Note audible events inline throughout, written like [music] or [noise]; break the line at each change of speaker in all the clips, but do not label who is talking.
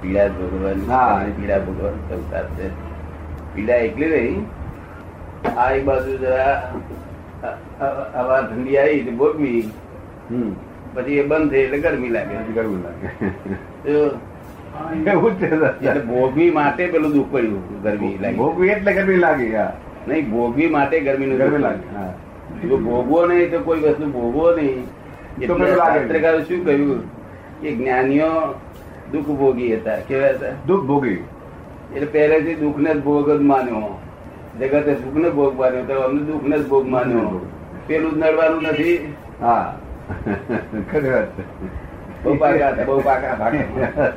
પીડા જ ભોગવવાની
હા.
અને પીડા ભોગવવાનો સંસાર છે પીડા એટલી રહી આ એક બાજુ જરા અ- અ- હવા ઠંડી આવી એટલે ગોઠવી
હમ
પછી એ બંધ થઈ એટલે ગરમી લાગે
નથી કરવું લાગે
જો,
[laughs] એવું જ છે
એટલે
દાદા.
ભોગવી માટે પેલું દુઃખ પડ્યું ગરમી લાગી
ભોગવી એટલે ગરમી લાગે હા.
નહીં ભોગવી માટે ગરમીનું
ગરમી
દુઃખ
લાગે
લાગે
હા.
જો ભોગવો નહીં તો કોઈ વસ્તુ ભોગવો નહીં
તો પેલું
એટલે
લાગે નહીં.
શાસ્ત્રકારો શું કહ્યું કે જ્ઞાનીઓ દુઃખ ભોગી હતા કેવા હતા
દુઃખ ભોગવી
એટલે પહેલેથી દુઃખને જ ભોગ જ માન્યો જગતે સુખને ભોગ માન્યો તો અમને દુઃખને જ ભોગ માન્યો પેલું જ નડવાનું નથી
હા [laughs] ખરી વાત છે
બહુ પાકા બહુ પાકા પાકા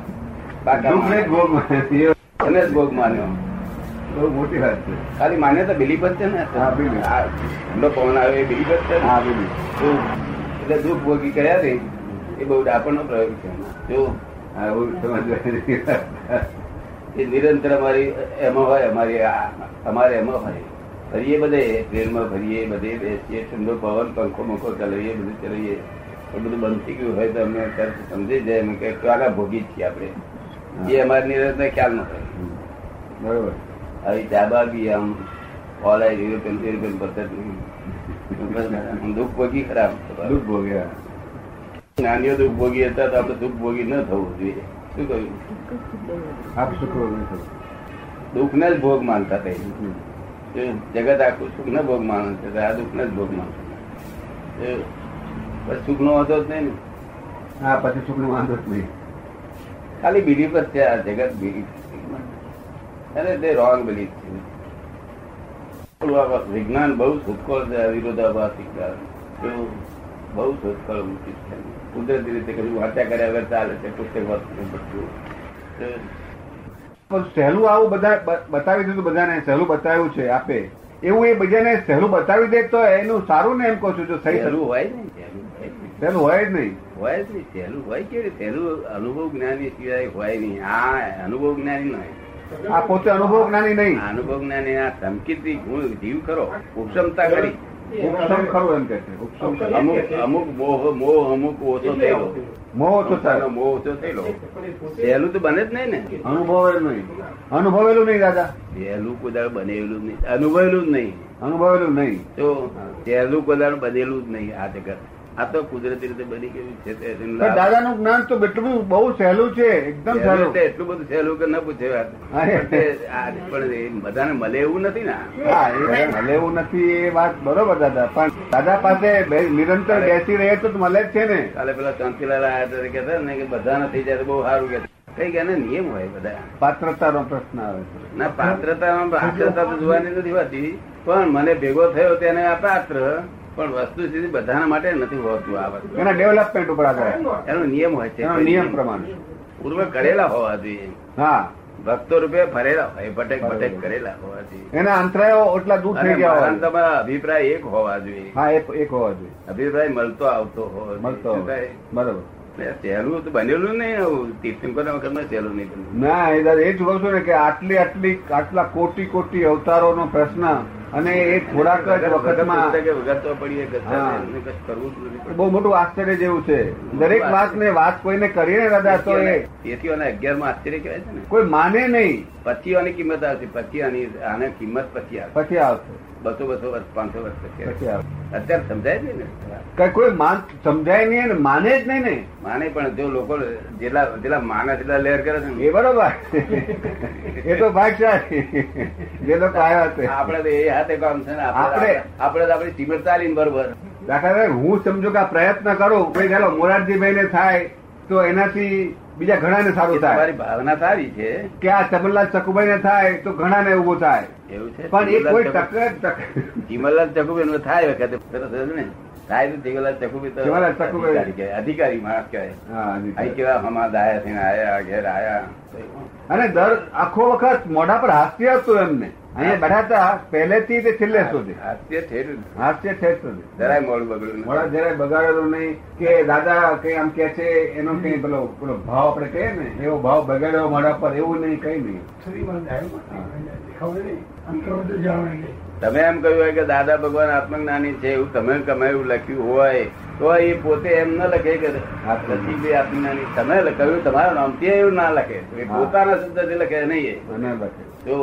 પાકા
દુઃખને જ ભોગ માને. એ
એને જ ભોગ માન્યો
બહુ મોટી વાત છે
ખાલી માન્યતા બિલીફ જ છે ને
હા, belief.
આ ઠંડો પવન આવે એ બિલીફ જ છે ને
હા બીજું
તો એટલે દુઃખ ભોગી કર્યા છે એ બહુ ડાપણનો પ્રયોગ છે જો
હા એવું સમજ
એ નિરંતર અમારી એમાં હોય અમારી આ- અમારે એમાં હોય ફરીએ બધે ટ્રેનમાં ફરીએ બધે બેસીએ ઠંડો પવન પંખો મંખો ચલાવીએ બધું ચલાવીએ પણ બધું બંધ થઈ ગયું હોય તો અમને તરત સમજી જાય એમ કે કાલા ભોગી જ છીએ આપણે એ અમારે નિરંતર ખ્યાલ ન હોય
બરોબર
આવી ચાબા બી આમ ઓલા યુરોપિયન યુરોપિયન પદ્ધતિ દુઃખ ભોગી ખરાબ
દુઃખ ભોગ્યા
નાનીઓ દુઃખ ભોગી હતા તો આપણે દુઃખ ભોગી ન થવું જોઈએ શું કહ્યું
આપ શું કહો નહીં કહો.
દુઃખને જ ભોગ માનતા થઈ
દુઃખ નહીં.
એ જગત આખું સુખ ને ભોગ માને છે તો આ દુઃખ ને જ ભોગ માને છે. એ બસ સુખ નો હતો જ નહીં ને
હા પછી સુખનો વાંધો જ નહીં
ખાલી બિલીફ જ છે આ જગત બિલીફ અને તે રોંગ બિલીફ છે થોડું આ વિજ્ઞાન બહુ શોધખોળ છે આ વિરોધાભાસી કારણ. એવું બહુ શોધખોળ મૂકી છે કુદરતી રીતે કશું વાંચ્યા કર્યા વગર ચાલે છે પુસ્તક વાંચવું પડતું એ
પણ સહેલું આવું બધા બ- બતાવી દીધું બધાને સહેલું બતાવ્યું છે આપે એવું એ બીજાને સહેલું બતાવી દે તો એનું સારું ને એમ કહું છું જો થઈ
સહેલું
સહેલું
હોય ને સહેલું હોય ને.
સહેલું હોય
હોય જ
જ નહીં
નહીં સહેલું હોય કેવી રીતે? સહેલું અનુભવ જ્ઞાની સિવાય હોય નહીં આ અનુભવ જ્ઞાની નો
આ પોતે અનુભવ જ્ઞાની નહીં
અનુભવ જ્ઞાની આ ધમકીથી ગુણ જીવ ખરો ઉપસમતા કરી
ઉપસમ ખરું એમ કે છે ઉપસમ ખરું.
અમુક અમુક મોહ મોહ અમુક ઓછો થયેલો
મોહ ઓછો
પોતાનો
થાય
મોહ ઓછો થયેલો સહેલું તો બને જ નહીં ને
અનુભવેલું નહીં અનુભવેલું નહીં દાદા
સહેલું કોદાળ બનેલું જ નહીં અનુભવેલું જ નહીં
અનુભવેલું નહીં
તો સહેલું કોદાળ બનેલું જ નહીં આ જગત આ તો કુદરતી રીતે બની ગયું છે તે એનો
પણ
લાભ.
દાદાનું જ્ઞાન તો એટલું બધું બહુ સહેલું છે એકદમ
સહેલું
સહેલું
એટલે એટલું બધું સહેલું કે ન પૂછે વાત
અરે.
પણ તે આ- પણ એ બધાને મળે એવું નથી ને આ.
હા એ મળે એવું નથી એ વાત બરોબર દાદા પણ દાદા પાસે બે- નિરંતર બેસી રહે તો મળે જ છે ને
કાલે પેલા કાંતિલાલ આયા હતા તો કહેતા ને કે બધાના થઈ જાય તો બહુ સારું કે કઈ કે એના નિયમ હોય બધા
પાત્રતાનો પ્રશ્ન આવે છે
ના પાત્રતા પાત્રતા તો જોવાની નથી હોતી પણ મને ભેગો થયો તેને આ પાત્ર પણ વસ્તુ સીધી બધાના માટે નથી હોતું આ વસ્તુ
એના ડેવલપમેન્ટ ઉપર આધાર
એનો નિયમ હોય છે
એનો નિયમ પ્રમાણે
પૂર્વ કરેલા હોવા જોઈએ
હા
ભક્તો રૂપે ફરેલા હોય ભટેક ભટેક કરેલા હોવા જોઈએ
એના અંતરાયો એટલા દૂર થઈ
અને
ગયા
મારા ને
હોય
તમારા અભિપ્રાય એક હોવા જોઈએ
હા એક એક હોવા જોઈએ
અભિપ્રાય મળતો આવતો હોવો જોઈએ.
મળતો
શું
હોય.
થાય?
બરાબર
એટલે સહેલું તો બનેલું નહીં આવું તીર્થંકરના વખતમાં સહેલું નહીં બનેલું
ના એ દાદા એ જ કહું છું ને કે આટલી આટલી આટલા કોટી કોટી અવતારોનો પ્રશ્ન અને એ થોડાક જ વખતમાં
વખતે વગાડતો પડીએ ગતા
હા.
એમને કશું કરવું જ નથી
બહુ મોટું આશ્ચર્ય જેવું છે દરેક વાતને વાત કોઈને કરીએ ને દાદા તો એ
તેથીઓને અગિયારમાં આશ્ચર્ય કહેવાય છે ને
કોઈ માને નહીં
પતિઓની કિંમત આવશે પતિઓની આને કિંમત પછી આવશે
પછી આવશે
બસો બસો વર્ષ પાંચસો વર્ષ પછી આવશે.
પછી આવશે
અત્યારે સમજાય છે ને
કે કોઈ માન સમજાય નહીં અને માને જ નહીં ને
માને પણ જો લોકો જેટલા જેટલા માને જેટલા લહેર કરે છે
એ
ને,
બરોબર એ તો ભાગશાળી જે લોકો આવ્યા તે
આપણે તો એ હાથે કામ છે ને આપણે
આપણે-
આપણે તો આપણી સીમત ચાલી ને બરોબર
દાખલા તરીકે હું સમજો કે આ પ્રયત્ન કરું ભાઈ ચાલો મોરારજીભાઈ ને થાય તો એનાથી બીજા ઘણાને
એ
સારું થાય
તમારી ભાવના સારી છે
કે આ ચમનલાલ ચકુભાઈ ને થાય તો ઘણાને ઉભો થાય
એવું છે
પણ એ કોઈ
ચકુ-
ટક્કર ટક્કર-
ચીમલાલ ચકુબી નું થાય વખતે સરસ હતું ને થાય તો ચીમલાલ ચકુબી તો
ચીમલાલ ચકુબી.
અધિકારી કહેવાય, અધિકારી માણસ કહેવાય
હા, હજી
અહીં
થાય.
કેવા હમા દાયા થઈને આયા ઘેર આયા
અને દર આખો વખત મોઢા પર હાસ્ય હતું એમને અહીંયા બેઠા હતા પહેલેથી તે છેલ્લે સુધી
હાસ્ય ઠેરું.
હાસ્ય ઠેર સુધી
જરાય મોડું બગડ્યું
મોઢા
નહીં.
જરાય બગાડેલું નહીં કે દાદા કે આમ કે છે એનો કઈ પેલો પેલો ભાવ આપણે કહીએ ને એવો ભાવ બગાડ્યો મોઢા પર એવું નહીં કઈ નહીં
તમે એમ કહ્યું હોય કે દાદા ભગવાન આત્મજ્ઞાની છે એવું તમે કમાયું લખ્યું હોય તો એ પોતે એમ ન લખે કે રસીદભાઈ આપી નાની તમે લખાવ્યું તમારું નામ તે એવું ના લખે તો એ
હા.
પોતાના શબ્દથી લખે નહીં એ.
મને લખે
જો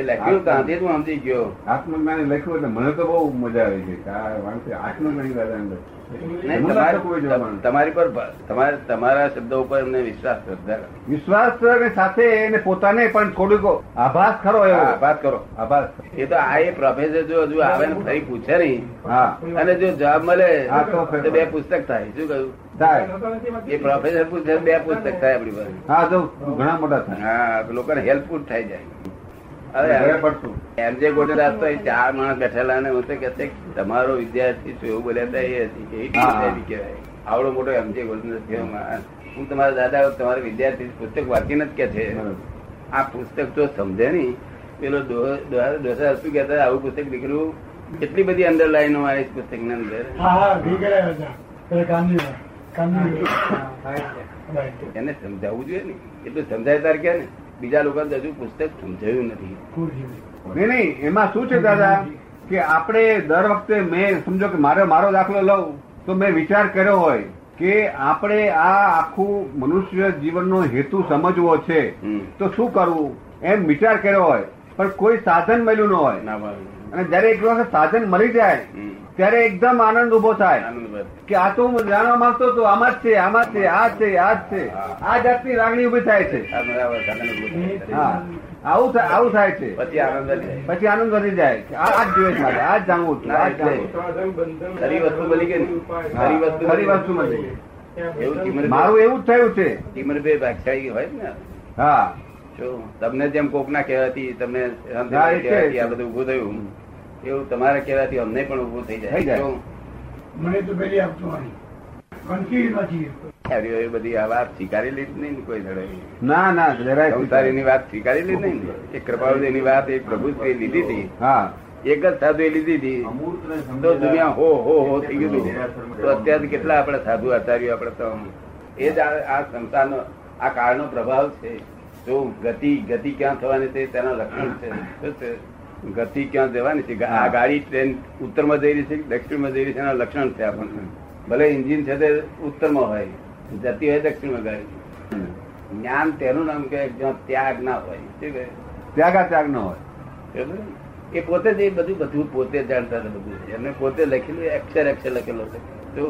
એ લખ્યું ત્યાંથી જ હું સમજી ગયો
આત્મજ્ઞાની લખ્યું એટલે મને તો બહુ મજા આવી ગઈ કે આ માણસે આત્મજ્ઞાની દાદાને લખ્યું.
નહીં,
એમાં
તમારે-
તો કોઈ જવાનું નથી.
તમારી પર ભ- તમારે તમારા શબ્દો ઉપર એમને વિશ્વાસ શ્રદ્ધા રાખો.
વિશ્વાસ અને સાથે એને પોતાને પણ થોડુંક આભાસ ખરો એવો
હા, વાત કરો
આભાસ
એ તો આ એ પ્રોફેસર જો હજુ આવે ને ફરી પૂછે નહીં
હા
અને જો જવાબ મળે
હા, તો ફેર.
તો બે પુસ્તક થાય શું કહ્યું
થાય
એ પ્રોફેસર પૂછે બે પુસ્તક થાય આપણી પાસે
હા તો ઘણા મોટા થાય
હા તો લોકોને હેલ્પફુલ થઈ જાય
ઘરે
હવે
પડશું
એમ જે ગોઠવદાસ તો એ ચાર માણસ બેઠેલા ને હું તો કહેતો કે તમારો વિદ્યાર્થી શું એવું બોલ્યા હતા એ હતી કે એ
હા.
વિદ્યાર્થી કહેવાય આવડો મોટો એમ જે ગોઠવદાસ જેવો માણસ. હું તમારા દાદા તમારા વિદ્યાર્થી પુસ્તક વાંચીને જ કે છે
બરાબર.
આ પુસ્તક જો સમજે નહીં પેલો ડોહ- ડોહાર- ડોસા શું કહેતા આવું પુસ્તક નીકળવું કેટલી બધી અંડરલાઈનો આવી પુસ્તક ની અંદર
હા હા ભીગડાયા હતા પેલા ગાંધીવાળા. ગાંધીવાળા. Right.
એને સમજાવવું જોઈએ ને એટલું સમજાય તાર કે ને બીજા લોકો હજુ પુસ્તક સમજાયું નથી
પૂરજી.
નહીં નહીં એમાં શું છે દાદા કે આપણે દર વખતે મેં સમજો કે મારે મારો દાખલો લઉં તો મેં વિચાર કર્યો હોય કે આપણે આ આખું મનુષ્ય જીવનનો હેતુ સમજવો છે
હમ.
તો શું કરવું એમ વિચાર કર્યો હોય પણ કોઈ સાધન મળ્યું ન હોય
ના ભાવે.
અને જયારે એક વખત સાધન મળી જાય
હમ.
ત્યારે એકદમ આનંદ ઉભો થાય
આનંદ વાત.
કે આ તો હું જાણવા માંગતો હતો આમાં જ છે આમાં જ છે આ જ છે આ જ છે આ જાતની લાગણી ઉભી થાય છે
આ મારા આવા સાધનો બોલે.
હા આવું થાય આવું થાય છે
પછી આનંદ જ થાય.
પછી આનંદ વધી જાય કે આ આ જ જોઈએ છે મારે, આ જ જાણવું છે આ જ જાણવું છે.
ખરી વસ્તુ મળી ગઈ ને?
હા,
ખરી વસ્તુ
ખરી વસ્તુ મળી ગઈ.
એવું ટીમર-
મારું એવું જ થયું છે
ટીમરભાઈ ભાગશાળી હોય ને
હા
જો તમને જેમ કોક ના કહેવાથી તમને
હા, એ છે.
કહેવાથી આ બધું ઉભું થયું એવું તમારા કહેવાથી અમને પણ ઉભું થઈ
થઈ
જાય
જાય.
જો.
મને તો પેલી આપતો નહીં. Confused નથી.
સારી હોય બધી આ વાત સ્વીકારી લીધી નહીં ને કોઈ ધડે
ના ના જરાય
સંસારીની વાત સ્વીકારી લીધી નહીં ને એ કૃપાળુદેવની વાત એ પ્રભુશ્રીએ લીધી હતી
હા
એક જ સાધુ એ લીધી હતી તો દુનિયા હો હો હો થઈ ગયું હતું. તો અત્યારે કેટલા આપણે સાધુ આચાર્યો આપણે તો આમ. એ જ આ આ સંસારનો આ કાળનો પ્રભાવ છે જો ગતિ ગતિ ક્યાં થવાની છે તેના લક્ષણ છે શું છે? ગતિ ક્યાં જવાની છે આ ગાડી ટ્રેન ઉત્તરમાં જઈ રહી છે કે દક્ષિણમાં જઈ રહી છે એના લક્ષણ છે આપણને ભલે એન્જિન છે તે ઉત્તરમાં હોય જતી હોય દક્ષિણમાં ગાડી જ્ઞાન તેનું નામ કહે જ્યાં ત્યાગ ના હોય શું કહે
ત્યાગા ત્યાગ ન હોય
બરાબર ને? એ પોતે જ એ બધું બધું પોતે જાણતા હતા બધું એમને પોતે લખેલું એ અક્ષર અક્ષર લખેલો છે તો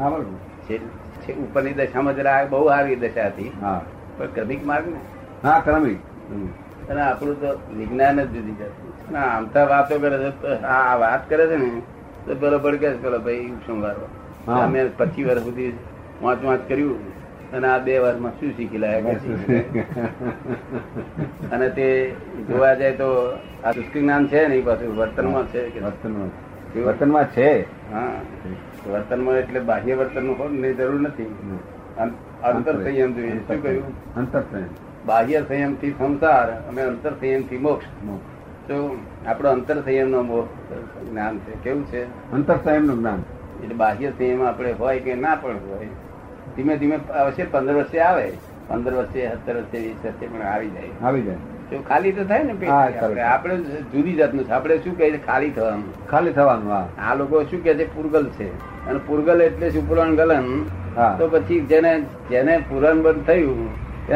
હા બરોબર
છે- છે ઉપરની દશામાં જરા આ બહુ આવી દશા હતી
હા
પણ ક્રમિક માર્ગ ને
હા ક્રમિક
અને આપણું તો વિજ્ઞાન જ જુદી જતું અને આમ તો વાતો કરે છે તો આ આ વાત કરે છે ને તો પેલો ભડકે છે, પેલો ભાઈ શું વારો
હા.
અમે પચીસ વર્ષ સુધી વાંચ વાંચ કર્યું અને આ બે વર્ષમાં શું શીખી લાયા કે શીખી લાયા? અને તે જોવા જાય તો આ શુષ્ક જ્ઞાન છે ને એ પાછું વર્તનમાં છે કે
વર્તનમાં વર્તનમાં છે
હા વર્તનમાં એટલે બાહ્ય વર્તનનું હોય ને એ જરૂર નથી અં- અંતર સંયમ જોઈએ શું કહ્યું
અંતર સંયમ.
બાહ્ય સંયમથી સંસાર અને અંતર સંયમથી મોક્ષ તો આપણો અંતર સંયમનો મોક્ષ જ્ઞાન છે કેવું છે
અંતર સંયમનું જ્ઞાન
એટલે બાહ્ય સંયમ આપણે હોય કે ના પણ હોય ધીમે ધીમે અવશ્ય પંદર વર્ષે આવે પંદર વર્ષે સત્તર વર્ષે વીસ વર્ષે પણ આવી જાય
આવી જાય
જો ખાલી તો થાય ને પેટથી
હા, ખરું.
આપણે આપણે જુદી જાતનું છે આપણે શું કહીએ છીએ? ખાલી થવાનું
ખાલી થવાનું હા
આ લોકો શું કે છે પૂરગલ છે અને પૂરગલ એટલે શું પુરાણ ગલન
હા.
તો પછી જેને જેને પૂરણ બંધ થયું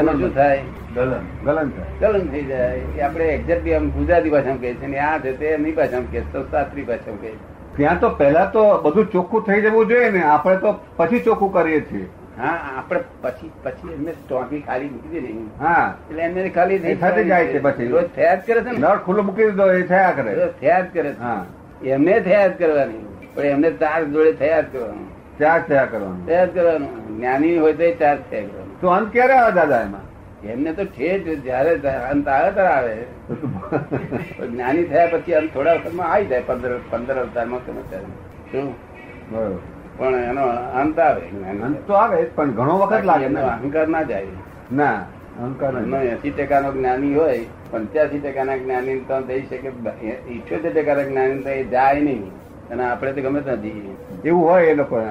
એનું શું થાય
ગલન ગલન થાય
ગલન થઈ જાય એ આપણે એક્ઝેક્ટલી આમ ગુજરાતી ભાષામાં કહે છે ને આ છે તે એમની ભાષામાં કહે છે તો શાસ્ત્રી ભાષામાં કહે છે.
ત્યાં તો પહેલા તો બધું ચોખ્ખું થઈ જવું જોઈએ ને આપણે તો પછી ચોખ્ખું કરીએ છીએ
હા આપણે પછી પછી એમને ટોંકી ખાલી મૂકી દે ને
હા
એટલે એમને ખાલી થઈ
થઈ જાય છે પછી.
રોજ થયા જ કરે છે ને
નળ ખુલ્લું મૂકી દીધો એ થયા કરે
રોજ થયા જ કરે
હા
છે એમને થયા જ કરવાની પણ એમને ચાર જોડે થયા જ કરવાનું
ત્યાગ થયા કરવાનું
થયા જ કરવાનું જ્ઞાની હોય તો ચાર થયા કરવાનું
તો અંત ક્યારે આવે દાદા એમાં
એમને તો ઠેઠ જયારે અંત આવે ત્યારે આવે પણ જ્ઞાની થયા પછી આમ થોડા વખતમાં આવી જાય પંદર પંદર અવતારમાં કે નથી આવતું. શું?
બરોબર.
પણ એનો અંત આવે જ્ઞાની
અંત તો આવે જ, પણ ઘણો વખત
બાકી
લાગે
એમનો
ને
અહંકાર ના જાય
ના અહંકાર જ.
એમનો એસી ટકાનો જ્ઞાની હોય પંચ્યાસી ટકાના જ્ઞાની તો થઈ શકે ઇઠ્યોતેર ટકાના જ્ઞાની તો એ જાય નહીં અને આપણે તો ગમે ત્યાં જઈએ
એવું હોય એ લોકો ન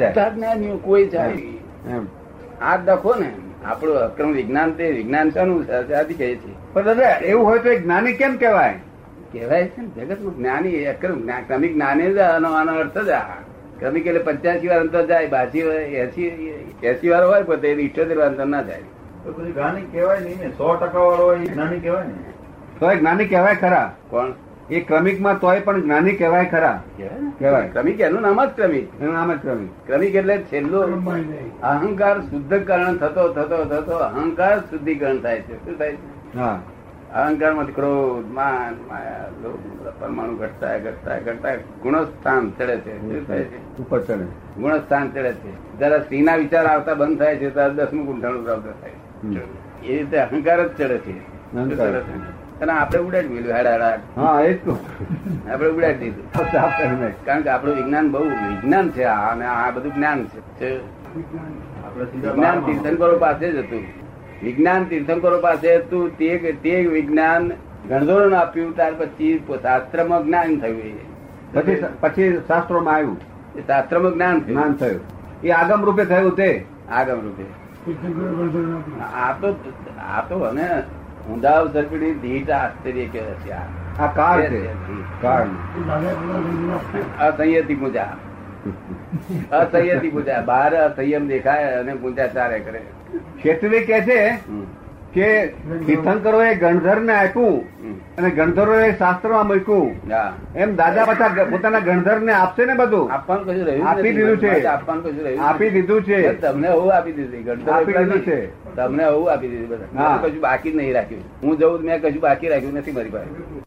જાય
બધા જ્ઞાનીઓ કોઈ જાય નહીં.
એમ
આ જ દખો ને આપણું અક્રમ વિજ્ઞાન તે વિજ્ઞાન શાનું છે આથી કહે છે
પણ દાદા એવું હોય તો એ જ્ઞાની કેમ કહેવાય
કહેવાય છે ને જગતનું જ્ઞાની એ અક્રમ જ્ઞા- ક્રમિક જ્ઞાની જ આનો આનો અર્થ જ આ કમિક એટલે પંચ્યાસી વાર અંતર જાય બાસી એસી એસી વાર હોય પોતે એની ઇઠોતેર વાર અંતર ના જાય
તો પછી જ્ઞાની કહેવાય નહીં ને સો ટકા વાળો હોય એ જ્ઞાની કહેવાય ને
તો એ જ્ઞાની કહેવાય ખરા
કોણ
એ ક્રમિકમાં તોય પણ જ્ઞાની કહેવાય ખરા
કહેવાય
કહેવાય.
ક્રમિક એનું નામ જ ક્રમિક
એનું નામ જ ક્રમિક
ક્રમિક એટલે છેલ્લું
બ્રહ્માય નહીં.
અહંકાર શુદ્ધકરણ થતો થતો થતો અહંકાર શુદ્ધિકરણ થાય છે શું થાય છે
હા
અહંકાર માંથી ક્રોધ માન માયા લોભ, પરમાણુ ઘટતા ઘટતા ઘટતા ગુણસ્થાન ચડે છે શું થાય છે
ઉપર ચડે
ગુણસ્થાન ચડે છે જરા સ્ત્રીના વિચાર આવતા બંધ થાય છે ત્યારે દસમું ગુંઠાણું પ્રાપ્ત થાય છે
હમ.
એ રીતે અહંકાર જ ચડે છે
અહંકાર.
અને આપણે ઉડાડી દીધું હાડા હાડા
હા એ જ તો
આપણે ઉડાડી દીધું
સાફ કરી નાખ.
કારણ કે આપણું વિજ્ઞાન બહુ વિજ્ઞાન છે આ અને આ બધું જ્ઞાન છે તે
વિજ્ઞાન.
આપણે સીધા
વિજ્ઞાન
બારમાં.
તીર્થંકરો પાસે જ હતું વિજ્ઞાન તીર્થંકરો પાસે હતું તે તે વિજ્ઞાન ગણધોરણ આપ્યું ત્યાર પછી શાસ્ત્રમાં જ્ઞાન થયું
પછી પછી શાસ્ત્રોમાં આવ્યું
એ શાસ્ત્રમાં જ્ઞાન
જ્ઞાન
થયું
થયું એ આગમ રૂપે થયું તે
આગમ રૂપે
તીર્થંકરો ગણધર નથી.
આ તો આ તો અને ઊંધાવ સરપીડી ધીટ આશ્ચર્ય કે છે આ.
આ કાળ છે કાળ
એ દાદા બધા ગણધર
અસંયતી પૂજા અસંયતી પૂજા બહાર અસંયમ દેખાય અને પૂજા ચારે કરે
ક્ષેત્રી કે છે
હમ.
કે તીર્થંકરોએ ગણધરને આપ્યું
હમ.
અને ગણધરોએ શાસ્ત્રમાં મૂક્યું
હા
એમ દાદા બધા ગ- પોતાના ગણધરને આપશે ને બધું
આપવાનું કશું રહ્યું જ
આપી
નથી.
દીધું છે.
મારે આપવાનું કશું રહ્યું જ
આપી
નથી.
દીધું છે
બસ તમને હું આપી દીધી ગણતર
આપી
એટલા
દીધું
નહીં. તમને હું આપી દીધી બધા
હા.
મેં કશું બાકી જ નહીં રાખ્યું હું જવું મેં કશું બાકી રાખ્યું નથી મારી પાસે